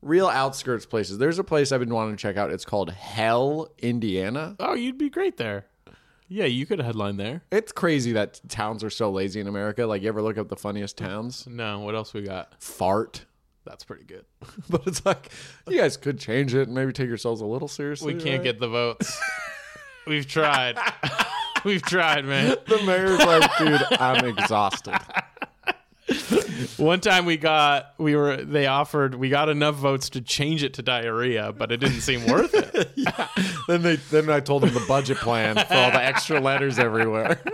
real outskirts places. There's a place I've been wanting to check out. It's called Hell, Indiana. Oh, you'd be great there. Yeah, you could headline there. It's crazy that towns are so lazy in America. Like, you ever look up the funniest towns? No, what else we got? Fart. That's pretty good. But it's like, you guys could change it and maybe take yourselves a little seriously. We can't right? get the votes. We've tried. We've tried, man. The mayor's like, dude, I'm exhausted. One time we got we were they offered we got enough votes to change it to diarrhea, but it didn't seem worth it. then they then I told them the budget plan for all the extra letters everywhere.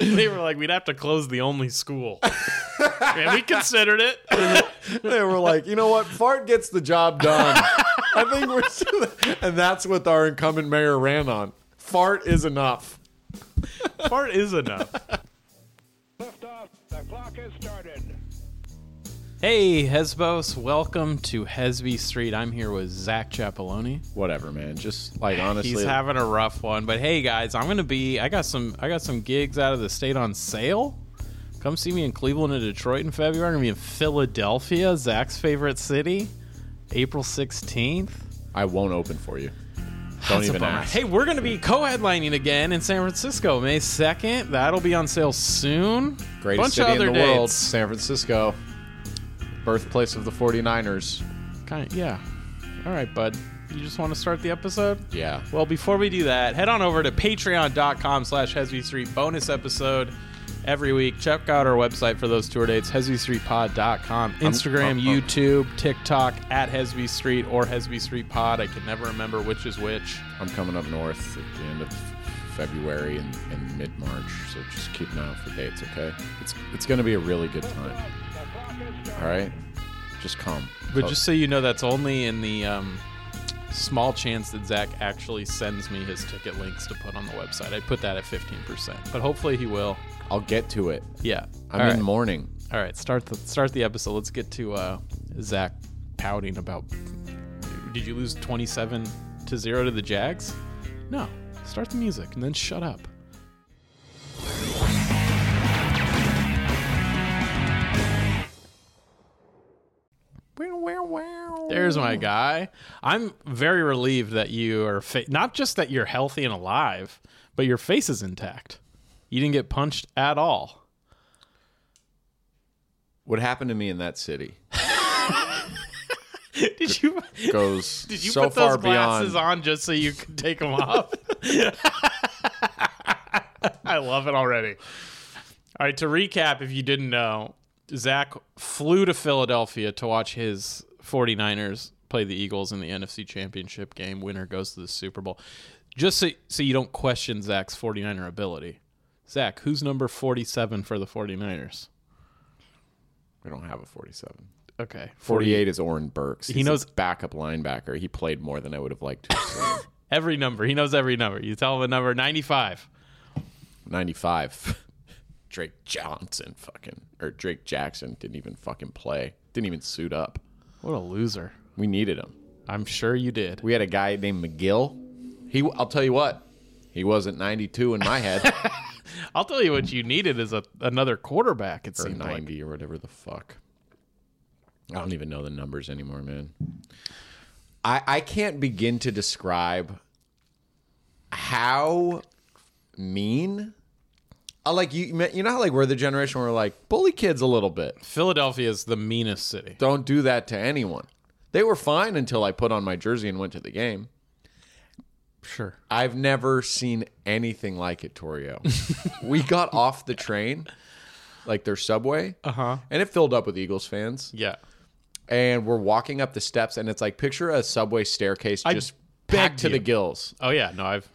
They were like, we'd have to close the only school. and we considered it. they were like, you know what? Fart gets the job done. I think we're still, and that's what our incumbent mayor ran on. Fart is enough. Part is enough. Liftoff. The clock has started. Hey Hesbos, welcome to Hesby Street. I'm here with Zach Chapeloni. Whatever, man. Just like honestly, He's having a rough one, but hey guys, I'm gonna be. I got some. I got some gigs out of the state on sale. Come see me in Cleveland and Detroit in February. I'm gonna be in Philadelphia, Zach's favorite city, April 16th. I won't open for you. Don't That's a even bummer. ask. Hey, we're gonna be co-headlining again in San Francisco, May 2nd. That'll be on sale soon. Greatest Bunch city of other in the dates. world, San Francisco, birthplace of the 49ers. Kind yeah. All right, bud. You just want to start the episode? Yeah. Well, before we do that, head on over to patreon.com slash Hesby Street bonus episode every week. Check out our website for those tour dates, hesbystreetpod.com. Instagram, um, um. YouTube, TikTok, at Hesby Street or Hesby Street Pod. I can never remember which is which. I'm coming up north at the end of February and, and mid March, so just keep an eye out for dates, okay? It's it's gonna be a really good time. The clock has started. All right, just come. But Oh, just so you know, that's only in the um, small chance that Zach actually sends me his ticket links to put on the website. I put that at 15%, but hopefully he will. I'll get to it. Yeah. I'm All in right. mourning. All right, start the start the episode. Let's get to uh, Zach pouting about. Did you lose twenty seven to zero to the Jags? No. Start the music and then shut up. There's my guy. I'm very relieved that you are fa- not just that you're healthy and alive, but your face is intact. You didn't get punched at all. What happened to me in that city Did you? goes Did you so put far those glasses beyond. on just so you could take them off? I love it already. All right, to recap, if you didn't know, Zach flew to Philadelphia to watch his 49ers play the Eagles in the NFC Championship game. Winner goes to the Super Bowl. Just so, so you don't question Zach's 49er ability. Zach, who's number 47 for the 49ers? We don't have a 47. Okay. 48 is Oren Burks. He's a knows- backup linebacker. He played more than I would have liked to. So. Every number. He knows every number. You tell him a number 95. 95. Drake Johnson fucking or Drake Jackson didn't even fucking play. Didn't even suit up. What a loser. We needed him. I'm sure you did. We had a guy named McGill. He I'll tell you what. He wasn't 92 in my head I'll tell you what you needed is a, another quarterback. It or seemed like. 90 or whatever the fuck. I don't even know the numbers anymore, man. I I can't begin to describe how mean I like you you know how like we're the generation where we're like bully kids a little bit. Philadelphia is the meanest city. don't do that to anyone. They were fine until I put on my jersey and went to the game. Sure. I've never seen anything like it, Torrio. we got off the train, like their subway, Uh huh. and it filled up with Eagles fans. Yeah. And we're walking up the steps, and it's like picture a subway staircase I just packed begged to the you. gills. Oh yeah. No, I've.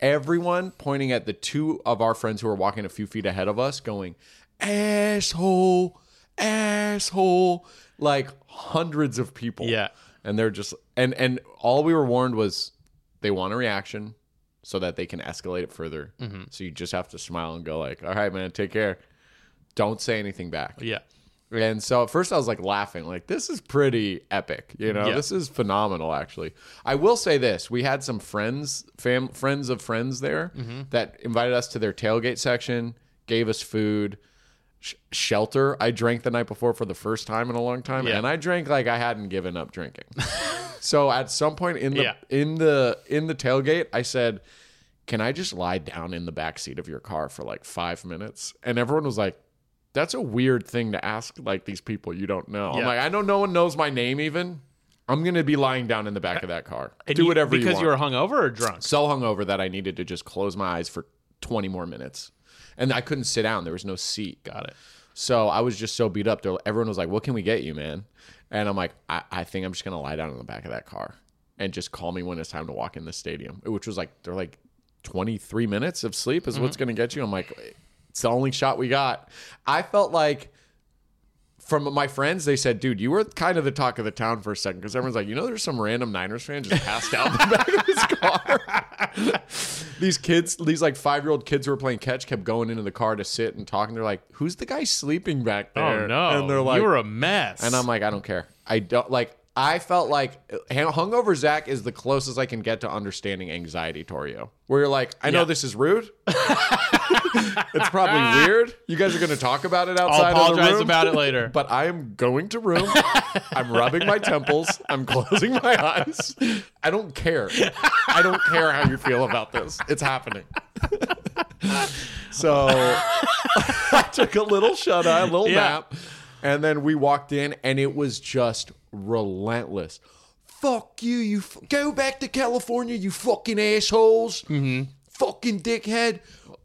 Everyone pointing at the two of our friends who were walking a few feet ahead of us, going, asshole, asshole, like hundreds of people. Yeah. and they're just and and all we were warned was they want a reaction so that they can escalate it further Mm-hmm. so you just have to smile and go like all right man take care don't say anything back Yeah. and so at first i was like laughing like this is pretty epic you know Yeah. this is phenomenal actually i will say this we had some friends fam Mm-hmm. friends of friends there that invited us to their tailgate section gave us food sh- shelter I drank the night before for the first time in a long time, Yeah. and I drank like I hadn't given up drinking. so at some point in the Yeah. in the in the tailgate, I said, "Can I just lie down in the back seat of your car for like five minutes?" And everyone was like. That's a weird thing to ask, like these people you don't know. I'm Yeah. like, I know no one knows my name even. I'm gonna be lying down in the back of that car. And Do you- whatever you because want you, were hungover or drunk. so hungover that I needed to just close my eyes for 20 more minutes. And I couldn't sit down. There was no seat. Got it. So I was just so beat up. They're- Everyone was like, What can we get you, man? And I'm like, I, I think I'm just going to lie down in the back of that car and just call me when it's time to walk in the stadium, which was like, they're like, 23 minutes of sleep Mm-hmm. is what's going to get you. I'm like, It's the only shot we got. I felt like from my friends, they said, dude, you were kind of the talk of the town for a second because everyone's like, you know, there's some random Niners fan just passed out in the back of his car. these kids, these like five year old kids who were playing catch kept going into the car to sit and talk. And they're like, who's the guy sleeping back there? Oh no! And they're like, you were a mess. and I'm like, I don't care. I don't like. I felt like hung- hungover Zach is the closest I can get to understanding anxiety Torio, where you're like, I know Yeah. this is rude. it's probably weird. You guys are going to talk about it outside I'll of the apologize room, about it later. but I am going to room. I'm rubbing my temples. I'm closing my eyes. I don't care. I don't care how you feel about this. It's happening. so I took a little shut eye, a little Yeah. nap, and then we walked in, and it was just relentless. Fuck you, you f- go back to California, you fucking assholes, Mm-hmm. fucking dickhead,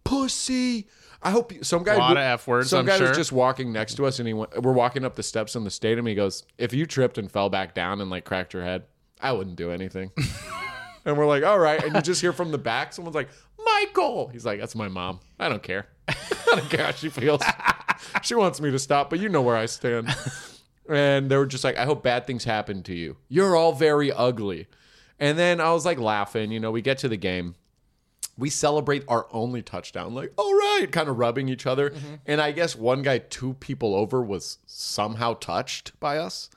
pussy. I hope you, some guy Lot wa- of F words, Some I'm guy sure. was just walking next to us, and he went. We're walking up the steps in the stadium. He goes, "If you tripped and fell back down and like cracked your head, I wouldn't do anything." and we're like, "All right." And you just hear from the back, someone's like, "Michael." He's like, "That's my mom. I don't care. I don't care how she feels. she wants me to stop, but you know where I stand." And they were just like, "I hope bad things happen to you. You're all very ugly." And then I was like laughing. You know, we get to the game we celebrate our only touchdown, like, all right, kind of rubbing each other. And I guess one guy, two people over, was somehow touched by us.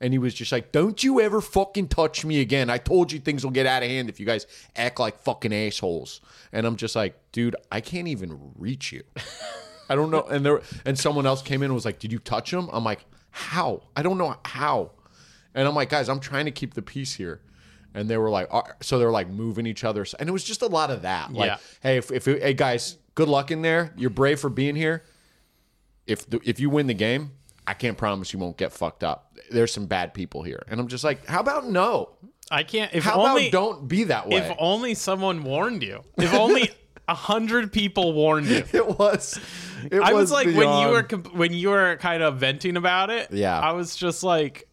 And he was just like, don't you ever fucking touch me again. I told you things will get out of hand if you guys act like fucking assholes. And I'm just like, dude, I can't even reach you. I don't know. And there and someone else came in and was like, Did you touch him? I'm like, How? I don't know how. And I'm like, guys, I'm trying to keep the peace here. And they were like, "All right." so they were like moving each other. And it was just a lot of that. Like, Yeah. hey, if, if hey guys, good luck in there. You're brave for being here. If the, if you win the game, I can't promise you won't get fucked up. There's some bad people here. And I'm just like, how about no? I can't. If How only about don't be that way? if only someone warned you. If only a hundred people warned you. it was. It I was, was like when you beyond- were comp- when you were kind of venting about it. Yeah. I was just like,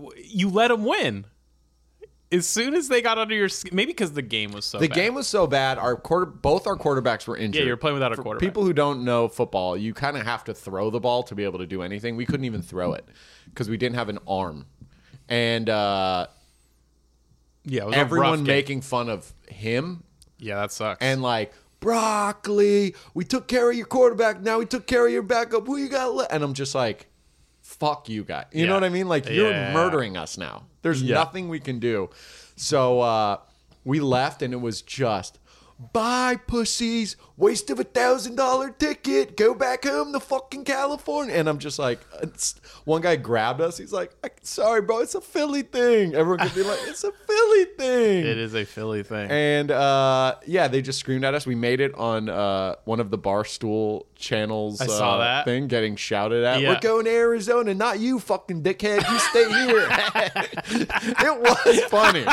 you- you let them win. As soon as they got under your skin, maybe because the game was so The bad. game was so bad. Our quarter, both our quarterbacks were injured. Yeah, you're playing without a quarterback. People who don't know football, you kind of have to throw the ball to be able to do anything. We couldn't even throw it because we didn't have an arm, and uh, yeah, it was a rough everyone game. making fun of him yeah that sucks. and like broccoli. We took care of your quarterback. Now we took care of your backup. Who you got? left? And I'm just like, fuck you guys. You know Yeah. what I mean? Like you're Yeah. murdering us now. There's nothing we can do. So uh, we left, and it was just. Bye, pussies. Waste of a thousand dollar ticket. Go back home to fucking California. And I'm just like, it's- one guy grabbed us. He's like, "I- sorry, bro, it's a Philly thing. Everyone could be like, it's a Philly thing. it is a Philly thing. And uh, yeah, they just screamed at us. We made it on uh, one of the barstool channels. I saw that. thing getting shouted at. Yeah. We're going to Arizona, not you, fucking dickhead. You stay here. it was funny.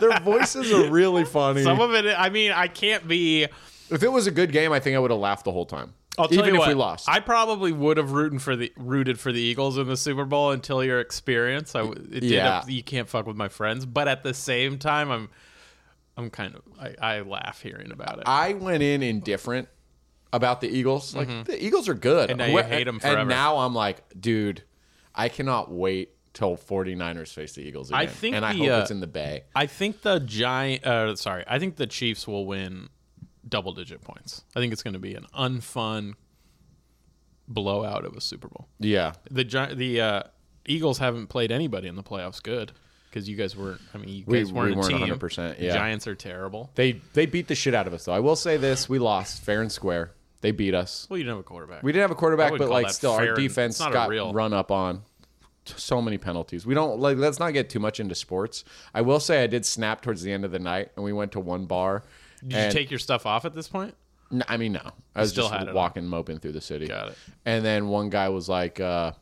Their voices are really funny. Some of it, I mean, I can't be. if it was a good game, I think I would have laughed the whole time. I'll tell Even you if what, we lost. I probably would have rooted for the rooted for the Eagles in the Super Bowl until your experience. I w- it did Yeah. up- you can't fuck with my friends, but at the same time, I'm I'm kind of I, I laugh hearing about it. I went in indifferent about the Eagles. Like the Eagles are good. Mm-hmm. And now you Wh- hate 'em forever. And now I'm like, dude, I cannot wait till 49ers face the Eagles again. I think and I the, hope uh, it's in the Bay. I think the giant. Uh, sorry, I think the Chiefs will win double digit points. I think it's going to be an unfun blowout of a Super Bowl. Yeah. The Gi- the uh, Eagles haven't played anybody in the playoffs good because you guys weren't. I mean, you We- guys weren't we a weren't team. 100%, yeah. Giants are terrible. They they beat the shit out of us though. I will say this, we lost fair and square. They beat us. Well, you didn't have a quarterback. We didn't have a I quarterback, would but call like that still, fair our and- defense it's not a got real- run up on. So many penalties. We don't like. Let's not get too much into sports. I will say I did snap towards the end of the night, and we went to one bar. Did you take your stuff off at this point? N- I mean, no. I was still had it just on. walking, moping through the city. Got it. And then one guy was like, uh,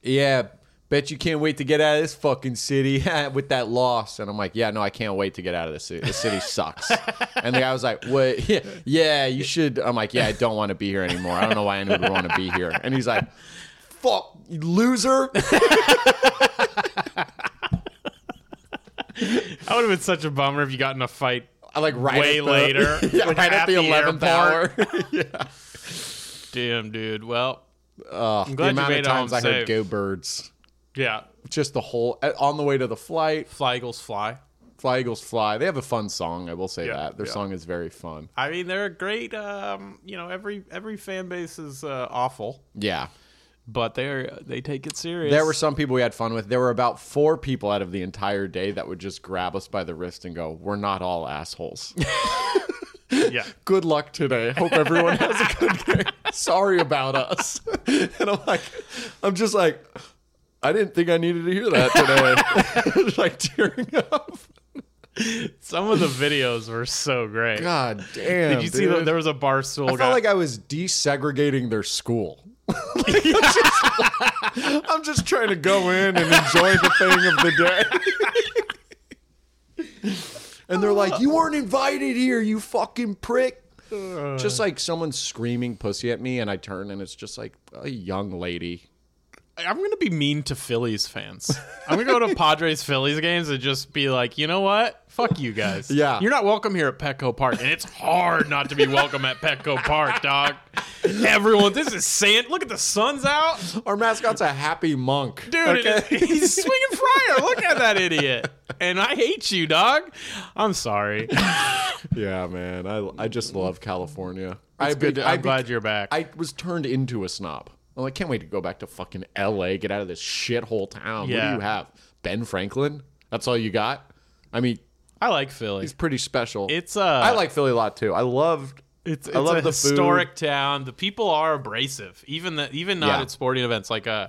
"Yeah, bet you can't wait to get out of this fucking city with that loss." And I'm like, "Yeah, no, I can't wait to get out of this city. The city sucks." and the guy was like, "What? Yeah, yeah, you should." I'm like, "Yeah, I don't want to be here anymore. I don't know why anyone would want to be here." And he's like, "Fuck, you loser." I would have been such a bummer if you got in a fight. I like right Way at the- later, yeah, like right at at the the eleventh hour. airport. Damn, dude. Well, Ugh, glad the you amount made of it times home I heard safe. "Go Birds." yeah. Just the whole uh, on the way to the flight. Fly Eagles fly. Fly Eagles Fly. They have a fun song. I will say Yeah, that their yeah. song is very fun. I mean, they're a great. Um, you know, every every fan base is uh, awful, Yeah, but they're they take it serious. there were some people we had fun with. There were about four people out of the entire day that would just grab us by the wrist and go, "We're not all assholes. yeah. good luck today. Hope everyone has a good day. Sorry about us." and I'm like, I'm just like, I didn't think I needed to hear that today. like tearing up. Some of the videos were so great. God damn. Did you see dude. that there was a bar stool I guy? felt like I was desegregating their school. Like, I'm, just, I'm just trying to go in and enjoy the thing of the day. and they're like, "You weren't invited here, you fucking prick." Uh. Just like someone screaming pussy at me, and I turn and it's just like a young lady. I'm gonna be mean to Phillies fans. I'm gonna go to Padres Phillies games and just be like, you know what? Fuck you guys. Yeah. You're not welcome here at Petco Park. And it's hard not to be welcome at Petco Park, dog. Everyone, this is sand. Look at the sun's out. Our mascot's a happy monk, Dude, it okay? is- he's swinging fryer. Look at that idiot. And I hate you, dog. I'm sorry. yeah, man. I I just love California. I It's good. To, I I'm glad you're back. I was turned into a snob. I'm like, can't wait to go back to fucking LA, get out of this shithole town. What do Yeah. you have? Ben Franklin? That's all you got? I mean, I like Philly. he's pretty special. It's uh, I like Philly a lot too. I loved It's, it's I love a the food. historic town. The people are abrasive, even the, even not Yeah. at sporting events. Like uh,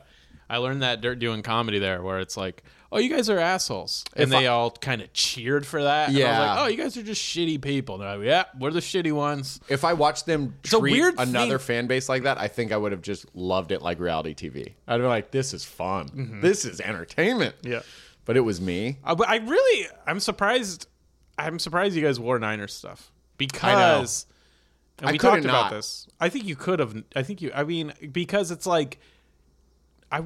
I learned that dirt doing comedy there, where it's like, oh, you guys are assholes, and If they I- all kind of cheered for that. and I was Yeah. like, oh, you guys are just shitty people. And they're like, yeah, we're the shitty ones. if I watched them a treat weird another thing. fan base like that, I think I would have just loved it like reality TV. I'd be like, this is fun. This is entertainment. Mm-hmm. Yeah. But it was me. I, Uh, but I really, I'm surprised. I'm surprised you guys wore Niners stuff because, and Oh. I we could've talked about not. this. I think you could have. I think you. I mean, because it's like, I,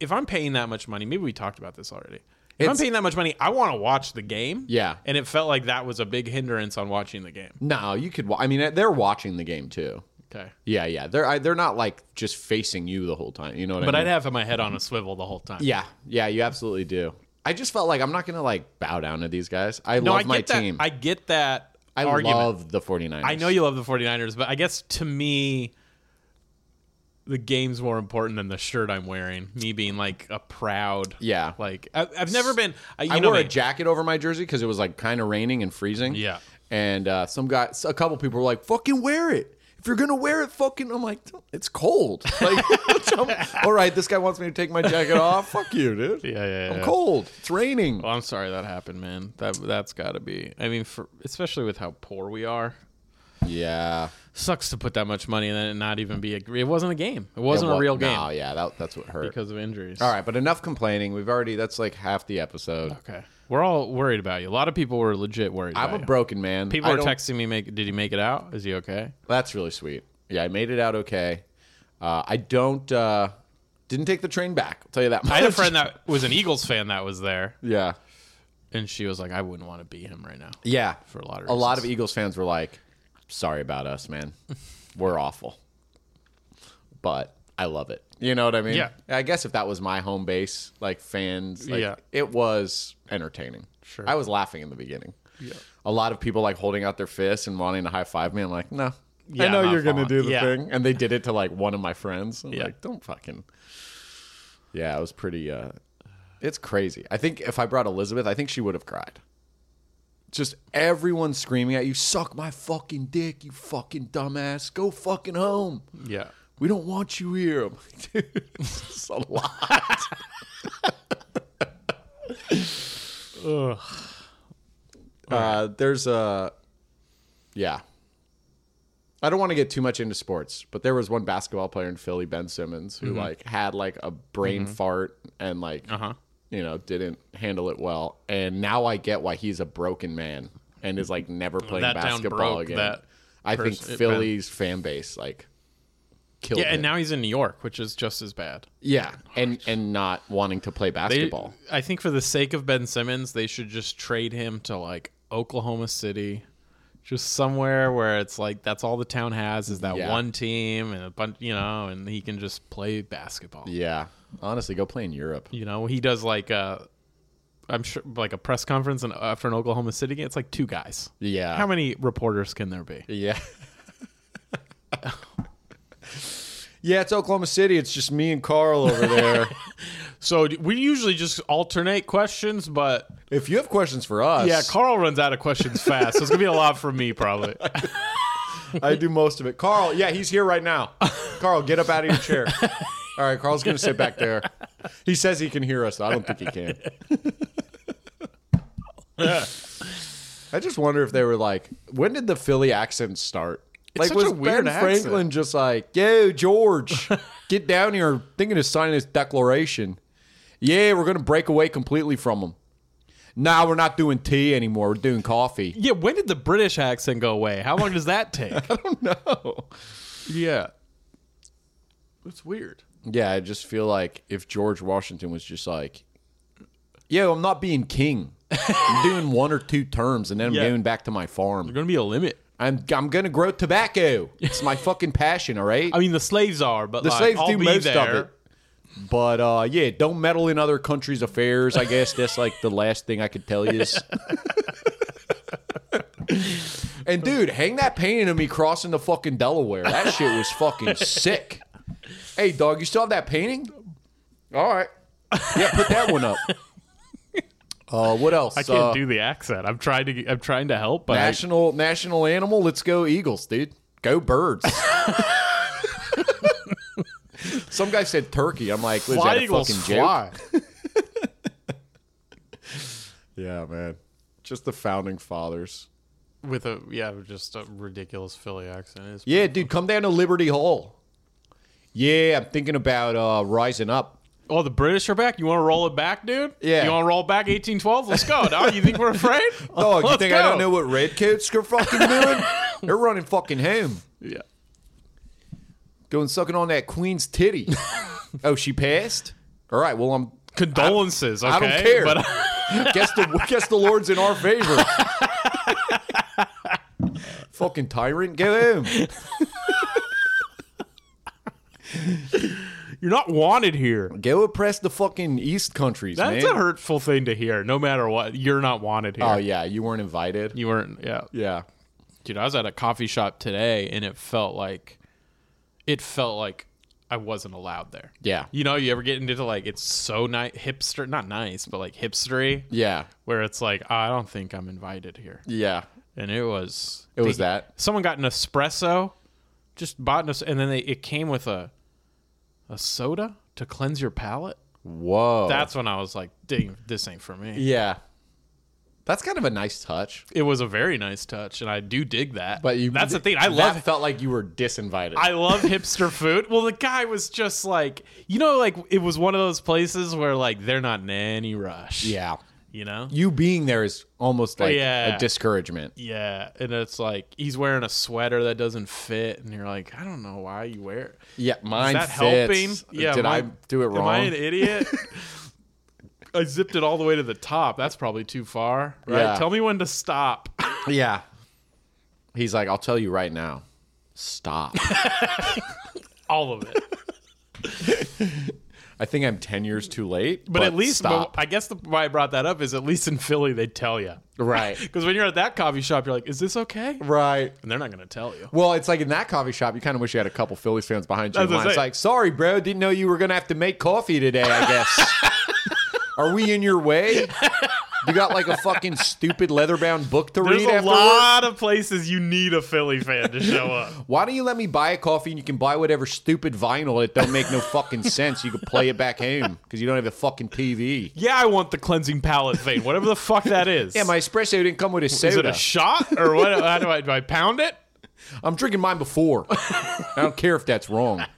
if I'm paying that much money, maybe we talked about this already. If I'm It's- paying that much money, I want to watch the game. Yeah. and it felt like that was a big hindrance on watching the game. No, you could. wa- I mean, they're watching the game too. Okay, Yeah, yeah. They're I, they're not like just facing you the whole time. You know what but I mean? I'd have my head on a swivel the whole time. Yeah, yeah, you absolutely do. I just felt like I'm not gonna like bow down to these guys. I no, love I get my that. team. I get that. I argument. love the 49ers. I know you love the 49ers, but I guess to me, the game's more important than the shirt I'm wearing. Me being like a proud, Yeah. Like I, I've never been. I, you I know wore a me. jacket over my jersey because it was like kind of raining and freezing. Yeah. And uh, some guy, a couple people were like, "Fucking wear it." If you're gonna wear it, fucking, I'm like, it's cold. Like, I'm- all right, this guy wants me to take my jacket off. Fuck you, dude. Yeah, yeah, I'm yeah. cold. It's raining. Well, I'm sorry that happened, man. That that's got to be. I mean, for especially with how poor we are, Yeah. sucks to put that much money and then it not even be. A, it wasn't a game. It wasn't a real game Oh yeah, that, that's what hurt. because of injuries. all right, but enough complaining. We've already. That's like half the episode. Okay. We're all worried about you. A lot of people were legit worried. I'm about a you. broken man. People I were don't- texting me. Make did he make it out? Is he okay? That's really sweet. Yeah, I made it out okay. Uh, I don't uh, didn't take the train back. I'll tell you that. Much. I had a friend that was an Eagles fan that was there. Yeah, and she was like, "I wouldn't want to be him right now." yeah. For a lot of a lot of reasons. Eagles fans were like, "Sorry about us, man. We're awful." But I love it. You know what I mean? Yeah. I guess if that was my home base, like fans, like, Yeah. it was entertaining. Sure. I was laughing in the beginning. Yeah. A lot of people like holding out their fists and wanting to high five me. I'm like, no. I Yeah, know not you're gonna falling. do the Yeah. thing, and they did it to like one of my friends. I'm Yeah. like, don't fucking. Yeah, it was pretty. uh It's crazy. I think if I brought Elizabeth, I think she would have cried. just everyone screaming at you, suck my fucking dick, you fucking dumbass. Go fucking home. Yeah. We don't want you here. I'm like, dude, this is a lot. Ugh. Uh, there's a, yeah. I don't want to get too much into sports, but there was one basketball player in Philly, Ben Simmons, who like had like a brain fart and like, Mm-hmm. Uh-huh. you know, didn't handle it well. And now I get why he's a broken man and is like never playing that down basketball broke again. that I think person- it- Philly's fan base like killed Yeah, and him. now he's in New York, which is just as bad. yeah, and and not wanting to play They- basketball. I think for the sake of Ben Simmons, they should just trade him to like Oklahoma City, just somewhere where it's like that's all the town has is that Yeah. one team and a bunch, you know, and he can just play basketball. yeah, honestly, go play in Europe. You know, he does like uh I'm sure like a press conference and after an Oklahoma City game, it's like two guys. Yeah, How many reporters can there be? Yeah. yeah, it's Oklahoma City. It's just me and Carl over there. So d- we usually just alternate questions, but if you have questions for us, yeah, Carl runs out of questions fast. So it's gonna be a lot from me probably. I do most of it. Carl, yeah, he's here right now. Carl, get up out of your chair. All right, Carl's going to sit back there. He says he can hear us. I don't think he can. I just wonder if they were like, when did the Philly accent start? like, such was a weird Ben accent. Franklin just like, yo, George, get down here, thinking of signing this declaration? Yeah, we're going to break away completely from him. Nah, we're not doing tea anymore. We're doing coffee. Yeah, when did the British accent go away? How long does that take? No. yeah. It's weird. Yeah, I just feel like if George Washington was just like, "Yo, I'm not being king. I'm doing one or two terms, and then I'm Yeah. going back to my There's farm. going to be a limit. I'm I'm gonna grow tobacco. It's my fucking passion. All right, I mean, the slaves are, but the like, slaves I'll do be most there. of it. But uh, yeah, don't meddle in other countries' affairs. I guess that's like the last thing I could tell you. and dude, hang that painting of me crossing the fucking Delaware. That shit was fucking sick. Hey, dog, you still have that painting? All right. Yeah, put that one up. Uh, what else? I can't Uh, do the accent. I'm trying to. I'm trying to help, but I- national national animal. Let's go Eagles, dude. Go birds. Some guy said turkey. I'm like, was fly that a eagles fucking joke? fly. Yeah, man. Just the founding fathers. with a yeah, just a ridiculous Philly accent. It's- Yeah, dude, come down to Liberty Hall. Yeah, I'm thinking about uh, rising up. Oh, the British are back. You want to roll it back, dude? Yeah. You want to roll back 1812? Let's go. dog. You think we're afraid? Oh, you Let's think go. I don't know what redcoats are fucking doing? They're running fucking home. Yeah. Going sucking on that queen's titty. oh, she passed. All right. Well, I'm Condolences. I don't okay, care. But guess the guess the Lord's in our favor. Fucking tyrant, get him. you're not wanted here. Go oppress the fucking East countries, That's man. a hurtful thing to hear. No matter what, you're not wanted here. Oh yeah, you weren't invited. You weren't. Yeah. yeah. Dude, I was at a coffee shop today, and it felt like, it felt like I wasn't allowed there. Yeah. You know, you ever get into like it's so nice hipster, not nice, but like hipstery, Yeah. where it's like I don't think I'm invited here, Yeah. and it was It was that. someone got an espresso, just bought an es- and then they, it came with a a soda to cleanse your palate. Whoa. That's when I was like, dang, this ain't for me. yeah. That's kind of a nice touch. It was a very nice touch, and I do dig that. But you that's the thing. I that love felt like you were disinvited. I love hipster food. Well, the guy was just like, you know, like it was one of those places where like they're not in any rush. yeah. You know? You being there is almost like Yeah. a discouragement. Yeah. And it's like he's wearing a sweater that doesn't fit. And you're like, I don't know why you wear it. Yeah, Is mine that fits. helping? Yeah. Did am I do it Am I wrong? an idiot? I zipped it all the way to the top. That's probably too far. Right? Yeah. Tell me when to stop. yeah. He's like, I'll tell you right now. Stop. all of it. I think I'm 10 years too late. But, at least, stop. I guess the, why I brought that up is at least in Philly, they tell you. right. Because when you're at that coffee shop, you're like, is this okay? Right. And they're not going to tell you. Well, it's like in that coffee shop, you kind of wish you had a couple Phillies fans behind you. in That's line. It's what I'm saying. like, sorry, bro, didn't know you were gonna have to make coffee today. I guess. Are we in your way? You got like a fucking stupid leather-bound book to There's read. a after work? lot of places you need a Philly fan to show up. Why don't you let me buy a coffee and you can buy whatever stupid vinyl that don't make no fucking sense? You can play it back home because you don't have a fucking TV. yeah, I want the cleansing palate vein, whatever the fuck that is. Yeah, my espresso didn't come with a is it soda. a shot or what? How do I do? I pound it? I'm drinking mine before. I don't care if that's wrong.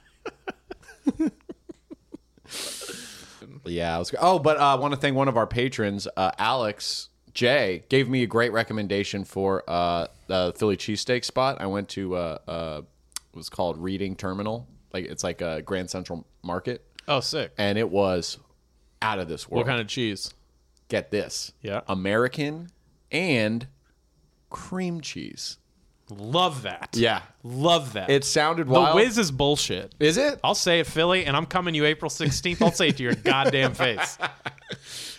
yeah, I was. Oh, but uh, I want to thank one of our patrons, uh, Alex J, gave me a great recommendation for uh, the Philly cheesesteak spot. I went to uh, uh, it was called Reading Terminal. Like it's like a Grand Central Market, Oh, sick. and it was out of this world. What kind of cheese? Get this, Yeah. American and cream cheese. Love that. Yeah, Love that. it sounded the wild. whiz is bullshit. is it? I'll say it, Philly, and I'm coming you April 16th. I'll say it to your goddamn face.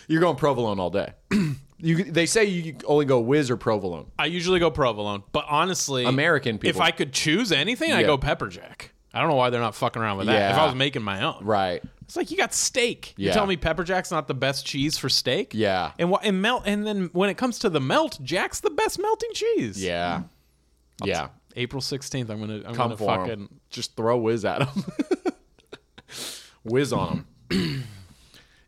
You're going provolone all day. you they say you only go whiz or provolone. I usually go provolone, but honestly, American people. If I could choose anything, I Yeah. go pepper jack. I don't know why they're not fucking around with that. If I Yeah. was making my own, Right. it's like you got steak. You Yeah. tell me pepper jack's not the best cheese for steak? Yeah. And what and melt and then when it comes to the melt, jack's the best melting cheese. Yeah. yeah. April 16th, I'm gonna Come I'm gonna for fucking 'em. Just throw whiz at them. whiz on them.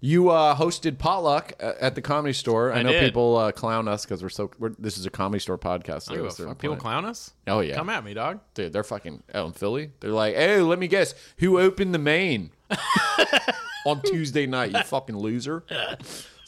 You uh, hosted potluck uh, at the comedy store. I, know did. people uh, clown us because we're so. We're, this is a comedy store podcast. so I don't it's give a their fuck. People plan. clown us? Oh yeah, Come at me, dog. dude. They're fucking out in Philly. They're like, hey, let me guess, who opened the main on Tuesday night? You fucking loser.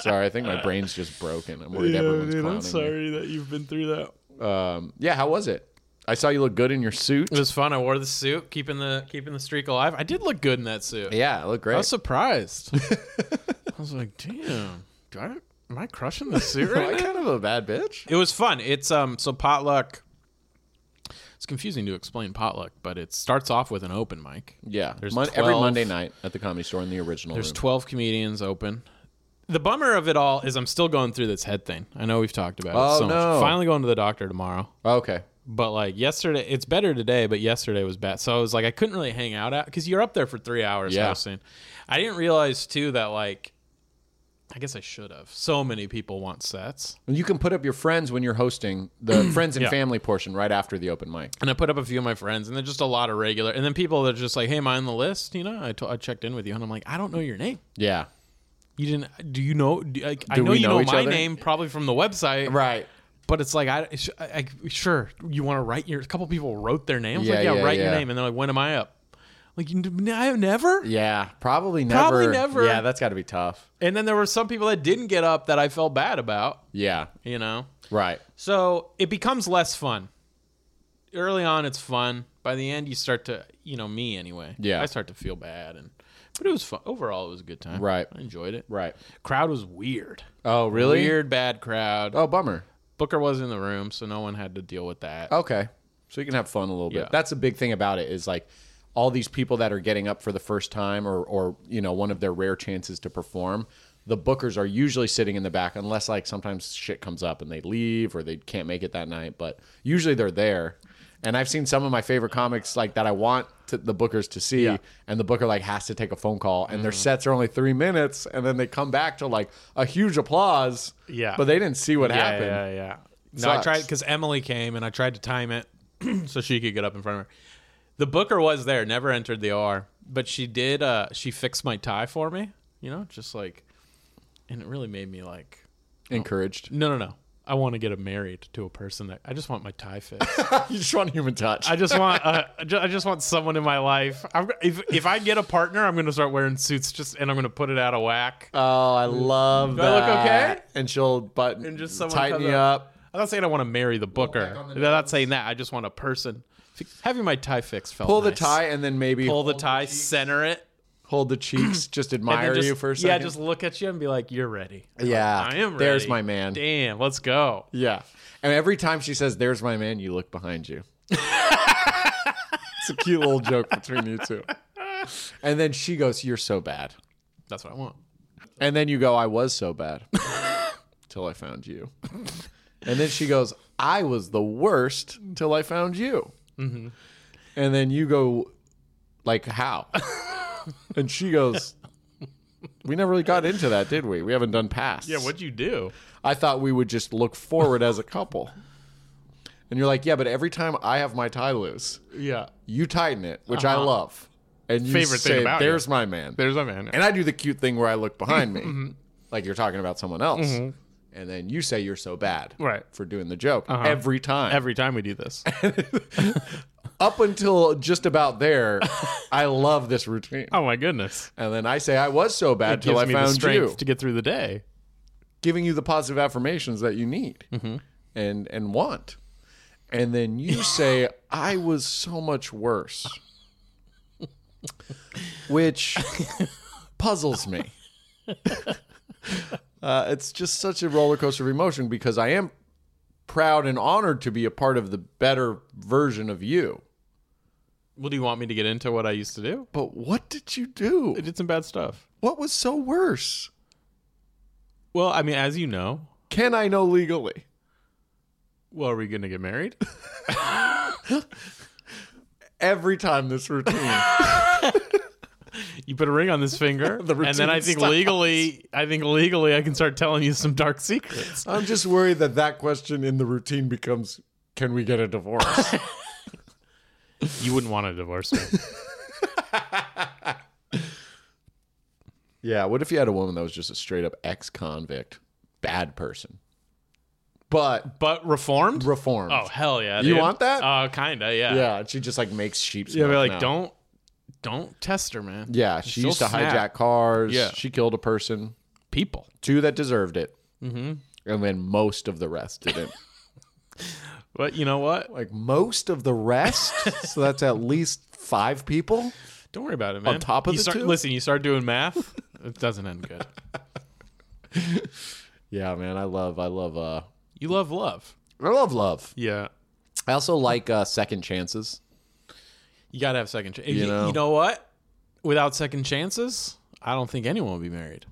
Sorry, I think my brain's just broken. I'm worried everyone's clowning me. that you've been through that. Um, yeah, how was it? I saw you look good in your suit. It was fun. I wore the suit, keeping the keeping the streak alive. I did look good in that suit. Yeah, it looked great. I was surprised. I was like, damn, do I, am I crushing the suit Am I right now? kind of a bad bitch? It was fun. It's um so potluck. It's confusing to explain potluck, but it starts off with an open mic. Yeah, There's Mon- every 12 Monday night at the comedy store in the original. There's room. 12 comedians open. The bummer of it all is I'm still going through this head thing. I know we've talked about it Oh, so no. much. Finally going to the doctor tomorrow. Oh, okay, But like yesterday, it's better today, but yesterday was bad. So I was like, I couldn't really hang out at because you're up there for three hours Yeah. hosting. I didn't realize too that like, I guess I should have. So many people want sets, and you can put up your friends when you're hosting the friends and Yeah. family portion right after the open mic. and I put up a few of my friends, and then just a lot of regular, and then people that are just like, hey, am I on the list? You know, I to- I checked in with you, and I'm like, I don't know your name. Yeah, You didn't? Do you know? Do, like, I Do know we you know know, each my other? name probably from the website, right. But it's like I, sh- I, I- sure you want to write your. A couple people wrote their names. Yeah, like yeah, yeah, write your yeah. name, and they're like, when am I up? Like you, n- I never. Yeah, probably never. Probably never. Yeah, that's got to be tough. And then there were some people that didn't get up that I felt bad about, Yeah, you know? right. So it becomes less fun. Early on, it's fun. By the end, you start to, you know, me anyway. Yeah. I start to feel bad. and But it was fun. Overall, it was a good time. Right. I enjoyed it. Right. Crowd was weird. Oh, really? Weird, bad crowd. Oh, bummer. Booker was in the room, so no one had to deal with that. Okay. So you can have fun a little bit. Yeah. That's a big thing about it is like all these people that are getting up for the first time or or you know one of their rare chances to perform. The bookers are usually sitting in the back unless like sometimes shit comes up and they leave or they can't make it that night, but usually they're there. And I've seen some of my favorite comics like that I want to, the bookers to see Yeah. Mm. and the booker like has to take a phone call and their sets are only 3 minutes and then they come back to like a huge applause. Yeah. But they didn't see what yeah, happened. Yeah, yeah. No, I Sucks. tried because Emily came and I tried to time it so she could get up in front of her. The booker was there, never entered the OR, but she did. Uh, she fixed my tie for me, you know, just like, and it really made me like, Encouraged. no, no, no. I want to get married to a person that I just want my tie fixed. you just want human touch. I just want, uh, I ju- I just want someone in my life. I'm, if if I get a partner, I'm going to start wearing suits just, and I'm going to put it out of whack. Oh, I love I look that. okay? And she'll button And just someone tighten comes you up. up. I'm not saying I want to marry the booker. on the I'm not saying that. I just want a person. F- Having my tie fixed felt Pull the nice. tie and then maybe Pull the tie, center it. hold the cheeks, just and then admire just, you for a Yeah, second. just look at you and be like, you're ready. yeah. I am ready. There's my man. Damn, let's go. Yeah. And every time she says, There's my man, you look behind you. it's a cute little joke between you two. And then she goes, You're so bad. That's what I want. And then you go, I was so bad. till I found you. And then she goes, I was the worst till I found you. Mm-hmm. And then you go, like, how? and she goes, We never really got into that, did we? We haven't done past. Yeah, what'd you do? I thought we would just look forward as a couple. And you're like, yeah, but every time I have my tie loose, Yeah. you tighten it, which I Uh-huh. love. And you Favorite say, thing about you. there's my man. There's a man. and I do the cute thing where I look behind Mm-hmm. me, like you're talking about someone else. And then you say you're so bad Right. Uh-huh. for doing the joke every time. Every time we do this. Up until just about there, I love this routine. Oh my goodness. And then I say I was so bad till I Gives me the found strength you. to get through the day. giving you the positive affirmations that you need and and want and then you say i was so much worse which puzzles me uh, it's just such a roller coaster of emotion because i am proud and honored to be a part of the better version of you Well, do you want me to get into what I used to do? but what did you do I did some bad stuff. what was so worse Well, I mean, as you know, can i know legally well, are we going to get married? every time this routine You put a ring on this finger, The and then I routine think stops. legally, I think legally, I can start telling you some dark secrets. I'm just worried that that question in the routine becomes can we get a divorce? You wouldn't want to divorce me. yeah, what if you had a woman that was just a straight up ex convict, bad person, but but reformed? reformed? oh hell yeah! You dude. want that? Uh, kinda, yeah. yeah, and she just like makes sheep's Yeah, milk but like, now. don't, don't test her, man. Yeah, she She'll used to snap. hijack cars. Yeah. She killed a person, People. two that deserved it, mm-hmm. and then most of the rest didn't. But you know what? like most of the rest, so that's at least five people. Don't worry about it, man. top of you the start, two? Listen, you start doing math, it doesn't end good. Yeah, man, I love, I love, uh, You love love. I love love. Yeah. I also like uh, second chances. You gotta have second chance. You, You you know. know. what? Without second chances, I don't think anyone would be married.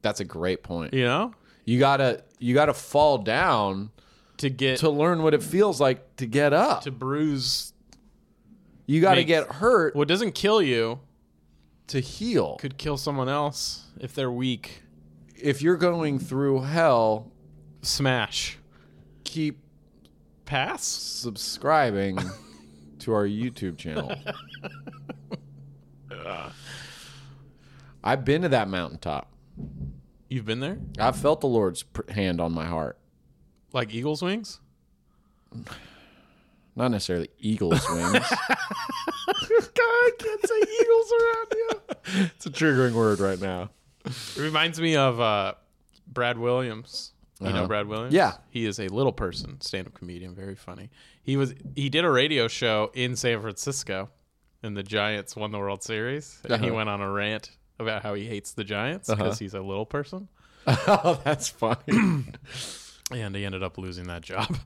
That's a great point. You know, You gotta you gotta fall down to get to to, learn what it feels like to get up. bruise You gotta Makes- get hurt what doesn't kill you to heal. could kill someone else if they're weak. If you're going through hell, Smash. keep Pass. subscribing to our YouTube channel. I've been to that mountaintop. You've been there, I've felt the Lord's pr- hand on my heart. like eagle's wings. Not necessarily eagle's wings. God, I can't say eagles around you. it's a triggering word right now. It reminds me of uh, Brad Williams. You know Uh-huh. Brad Williams? Yeah. He is a little person, stand-up comedian, very funny. He was he did a radio show in San Francisco and the Giants won the World Series. And he Uh-huh. went on a rant about how he hates the Giants because he's a little person. oh, that's funny. And he ended up losing that job.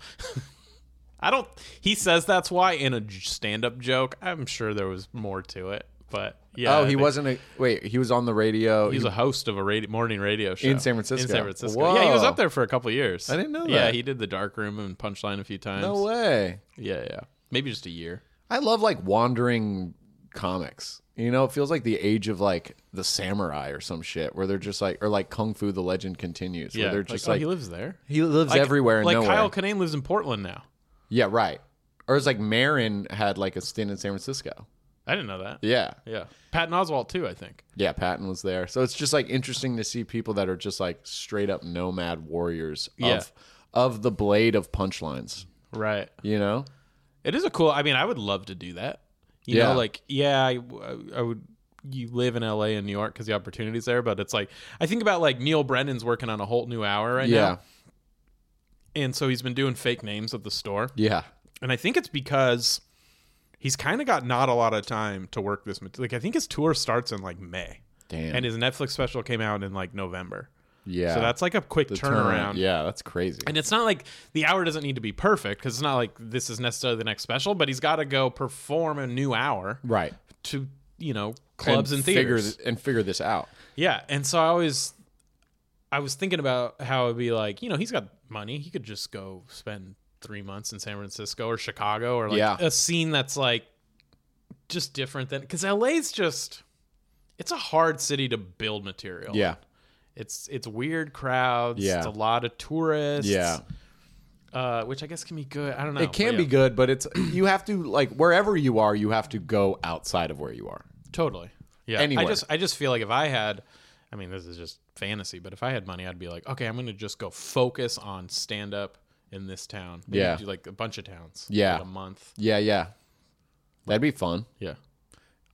I don't he says that's why in a j- stand-up joke. I'm sure there was more to it, but yeah. oh, I he think- wasn't a wait. He was on the radio. He's a host of a radio, morning radio show In San Francisco. In San Francisco, Whoa. yeah, he was up there for a couple years. I didn't know Yeah, that. he did the dark room and punchline a few times. no way. Yeah, yeah, maybe just a year. I love like wandering comics. You know, it feels like the age of like the samurai or some shit, where they're just like, or like Kung Fu: The Legend Continues, Yeah, where they're just oh, like, he lives there. he, lives Like- everywhere and like nowhere. Kyle Kinane lives in Portland now. yeah, right. Or it's like Marin had like a stint in San Francisco. I didn't know that. Yeah, Yeah, Patton Oswalt too. I think. yeah. Patton was there, so it's just like interesting to see people that are just like straight up nomad warriors Yeah. of of the blade of punchlines. Right. You know, It is a cool. I mean, I would love to do that. You Yeah. know, like yeah, I, I would. You live in LA and New York because the opportunities there, but it's like I think about like Neil Brennan's working on a whole new hour right yeah, now, and so he's been doing fake names at the store. yeah. and I think it's because he's kind of got not a lot of time to work this. mat- Like I think his tour starts in like May, Damn. and his Netflix special came out in like November. yeah. So that's like a quick The turnaround. Yeah, that's crazy. And it's not like the hour doesn't need to be perfect because it's not like this is necessarily the next special, but he's got to go perform a new hour right. to you know clubs and, figure theaters. th- and figure this out. Yeah, and so I always, I was thinking about how it'd be like, you know, he's got money; he could just go spend three months in San Francisco or Chicago or like Yeah. a scene that's like just different than because LA's just it's a hard city to build material. Yeah. It's it's weird crowds. Yeah. It's a lot of tourists. Yeah. Uh, which I guess can be good. I don't know. It can but be oh, yeah, good, but it's you have to like wherever you are, you have to go outside of where you are. Totally. Yeah. Anywhere. I just I just feel like if I had I mean, this is just fantasy, but if I had money, I'd be like, okay, I'm gonna just go focus on stand up in this town. Maybe Yeah. Do like a bunch of towns. Yeah. Like a month. Yeah, yeah, that'd be fun. Yeah.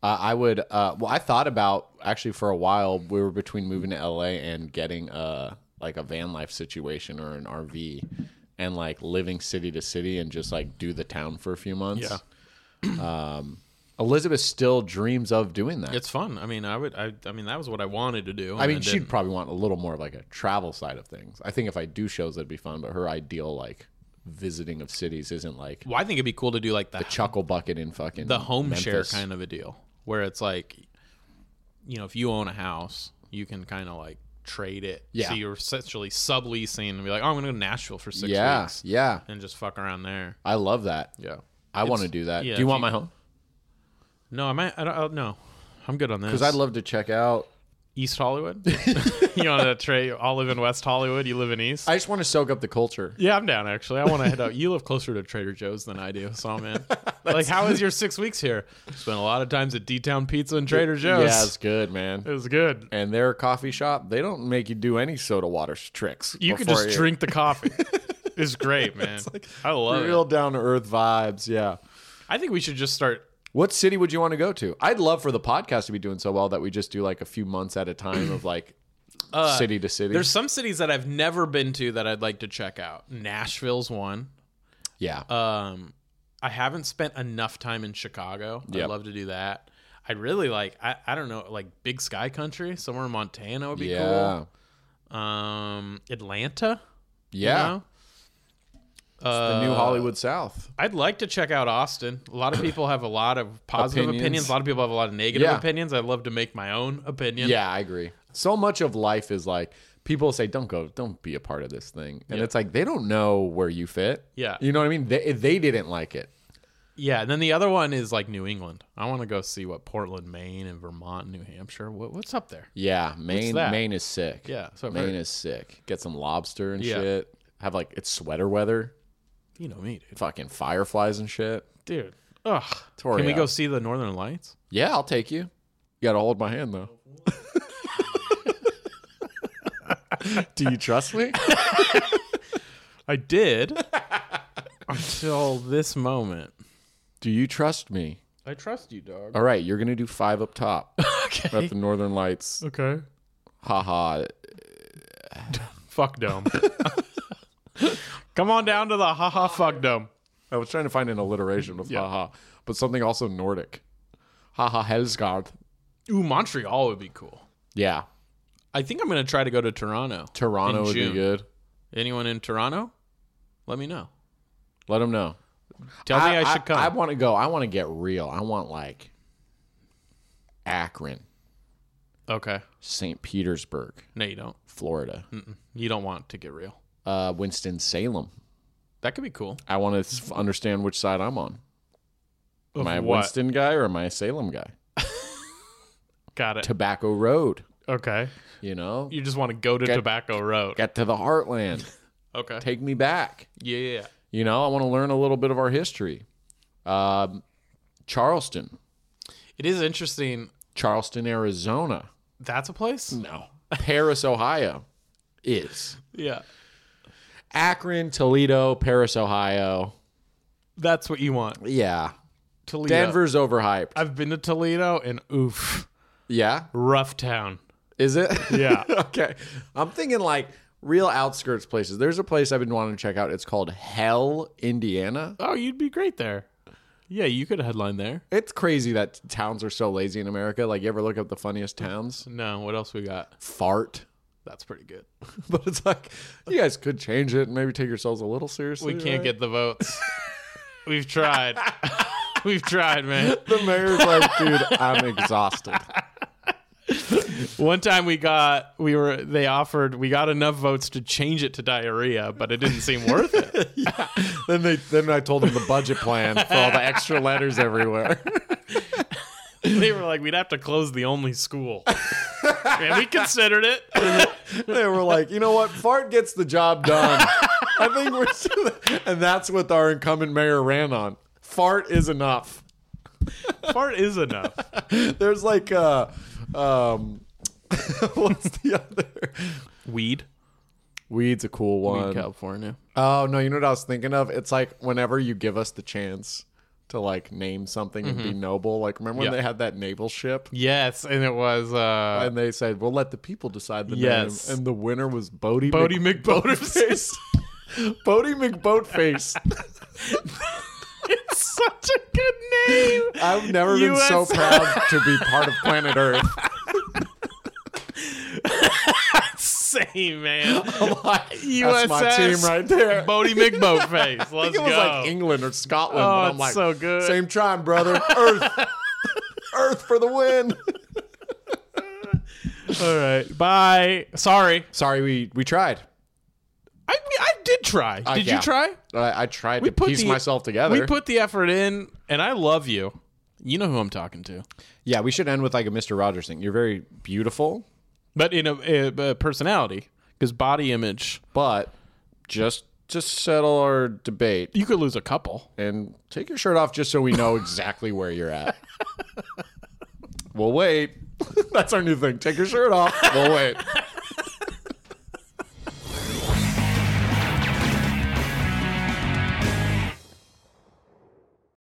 Uh, I would. Uh, well, I thought about actually for a while. We were between moving to LA and getting a like a van life situation or an RV, and like living city to city and just like do the town for a few months. Yeah. Um, Elizabeth still dreams of doing that. It's fun. I mean, I would I I mean that was what I wanted to do. I and mean, she'd didn't. probably want a little more of like a travel side of things. I think if I do shows, that'd be fun. But her ideal like visiting of cities isn't like Well, I think it'd be cool to do like the chuckle bucket in fucking the home share Memphis. kind of a deal where it's like you know if you own a house you can kind of like trade it Yeah. so you're essentially subleasing and be like oh i'm gonna go to nashville for six Yeah, weeks yeah. and just fuck around there I love that. yeah I want to do that. yeah, do you if want you- my home? no i might i don't oh, no i'm good on this Because I'd love to check out. east hollywood you want to trade i'll live in west hollywood you live in east I just want to soak up the culture. yeah, I'm down actually. I want to head out. You live closer to Trader Joe's than I do, so I'm in. like, how was your six weeks here? Spent a lot of times at D Town Pizza and Trader Joe's. Yeah, it's good, it man. was good. And their coffee shop, they don't make you do any soda water tricks. You could before just you- drink the coffee. it's great, man. I love Real it. down to earth vibes. Yeah. I think we should just start. What city would you want to go to? I'd love for the podcast to be doing so well that we just do like a few months at a time of like city to city. Uh, There's some cities that I've never been to that I'd like to check out. Nashville's one. yeah. Um, I haven't spent enough time in Chicago. I'd Yep. love to do that. I'd really like. I, I don't know, like Big Sky Country, somewhere in Montana would be yeah. cool. Um, Atlanta. you Yeah. know? Uh, The new Hollywood South. I'd like to check out Austin. A lot of people have a lot of positive opinions. Opinions. A lot of people have a lot of negative Yeah. opinions. I'd love to make my own opinion. Yeah, I agree. So much of life is like people say, "Don't go, don't be a part of this thing," and it's like they don't know where you fit. Yeah. you know what I mean. They they didn't like it. Yeah, and then the other one is like New England. I want to go see what Portland, Maine, and Vermont, New Hampshire. What, what's up there? Yeah, Maine that? Maine is sick. Yeah, so I've Maine heard. is sick. Get some lobster and Yeah. shit. Have like it's sweater weather, You know me, dude. fucking fireflies and shit. Dude, ugh. Tore Can we it go up. see the Northern Lights? Yeah, I'll take you. You gotta hold my hand though. Do you trust me? I did until this moment. Do you trust me? I trust you, dog. All right, you're gonna do five up top Okay. at the Northern Lights. Okay. Ha ha. Fuck dome. Come on down to the haha fuck dome. I was trying to find an alliteration with haha, but something also Nordic. Haha Helsgard. Ooh, Montreal would be cool. Yeah. I think I'm gonna try to go to Toronto. Toronto In would June. be good. Anyone in Toronto? Let me know. Let them know. Tell me I, should come. I, want to go. I want to get real. I want like Akron, okay. St. Petersburg, No, you don't. Florida, Hmm. You don't want to get real. uh, Winston Salem. That could be cool. I want to f- understand which side I'm on. Am I a what? Winston guy or am I a Salem guy? Got it. Tobacco Road. Okay. You know, You just want to go to Tobacco Road. get to the heartland. okay. Take me back. yeah, yeah, yeah. You know, I want to learn a little bit of our history. Um, Charleston, It is interesting. Charleston, Arizona. That's a place. No. Paris, Ohio is. Yeah. Akron, Toledo, Paris, Ohio. That's what you want. Yeah. Toledo. Denver's overhyped. I've been to Toledo and oof, Yeah. rough town. Is it? Yeah. okay. I'm thinking like real outskirts places. There's a place I've been wanting to check out. It's called Hell, Indiana. Oh, you'd be great there. Yeah, you could headline there. It's crazy that towns are so lazy in America. Like, you ever look up the funniest towns? No, what else we got? Fart. That's pretty good. but it's like you guys could change it and maybe take yourselves a little seriously. We can't right? get the votes. We've tried. We've tried, man. the mayor's like, dude, I'm exhausted. One time we got we were they offered we got enough votes to change it to diarrhea, but it didn't seem worth it. then they then I told him the budget plan for all the extra letters everywhere. They were like, we'd have to close the only school. and we considered it. They were like, you know what? Fart gets the job done. I think we're, and that's what our incumbent mayor ran on. Fart is enough. Fart is enough. There's like, uh, um, what's the other? Weed. Weed's a cool one. California. Oh no, you know what I was thinking of? It's like whenever you give us the chance to like name something and be noble. Like remember when Mm-hmm. Yeah. they had that naval ship Yes, and it was uh, and they said, "We'll let the people decide the Yes. name," and the winner was Bodie. Bodie McBoatface. McBoaters. Bodie McBoatface. it's such a good name. I've never been so US. proud to be part of planet Earth. Same man. Like, that's my USS team right there. Bodie McBoatface. Let's I think it go. was like England or Scotland. Oh, but I'm it's like, so good. Same time, brother. Earth, Earth for the win. All right. Bye. Sorry. Sorry, we we tried. I I did try. did Uh, yeah. you try? I, I tried We to put piece the- myself together. We put the effort in, and I love you. You know who I'm talking to, yeah, we should end with like a Mr. Rogers thing. You're very beautiful, but in a, a, a personality because body image, but just just settle our debate you could lose a couple. and take your shirt off just so we know exactly where you're at. we'll wait. That's our new thing. Take your shirt off. We'll wait.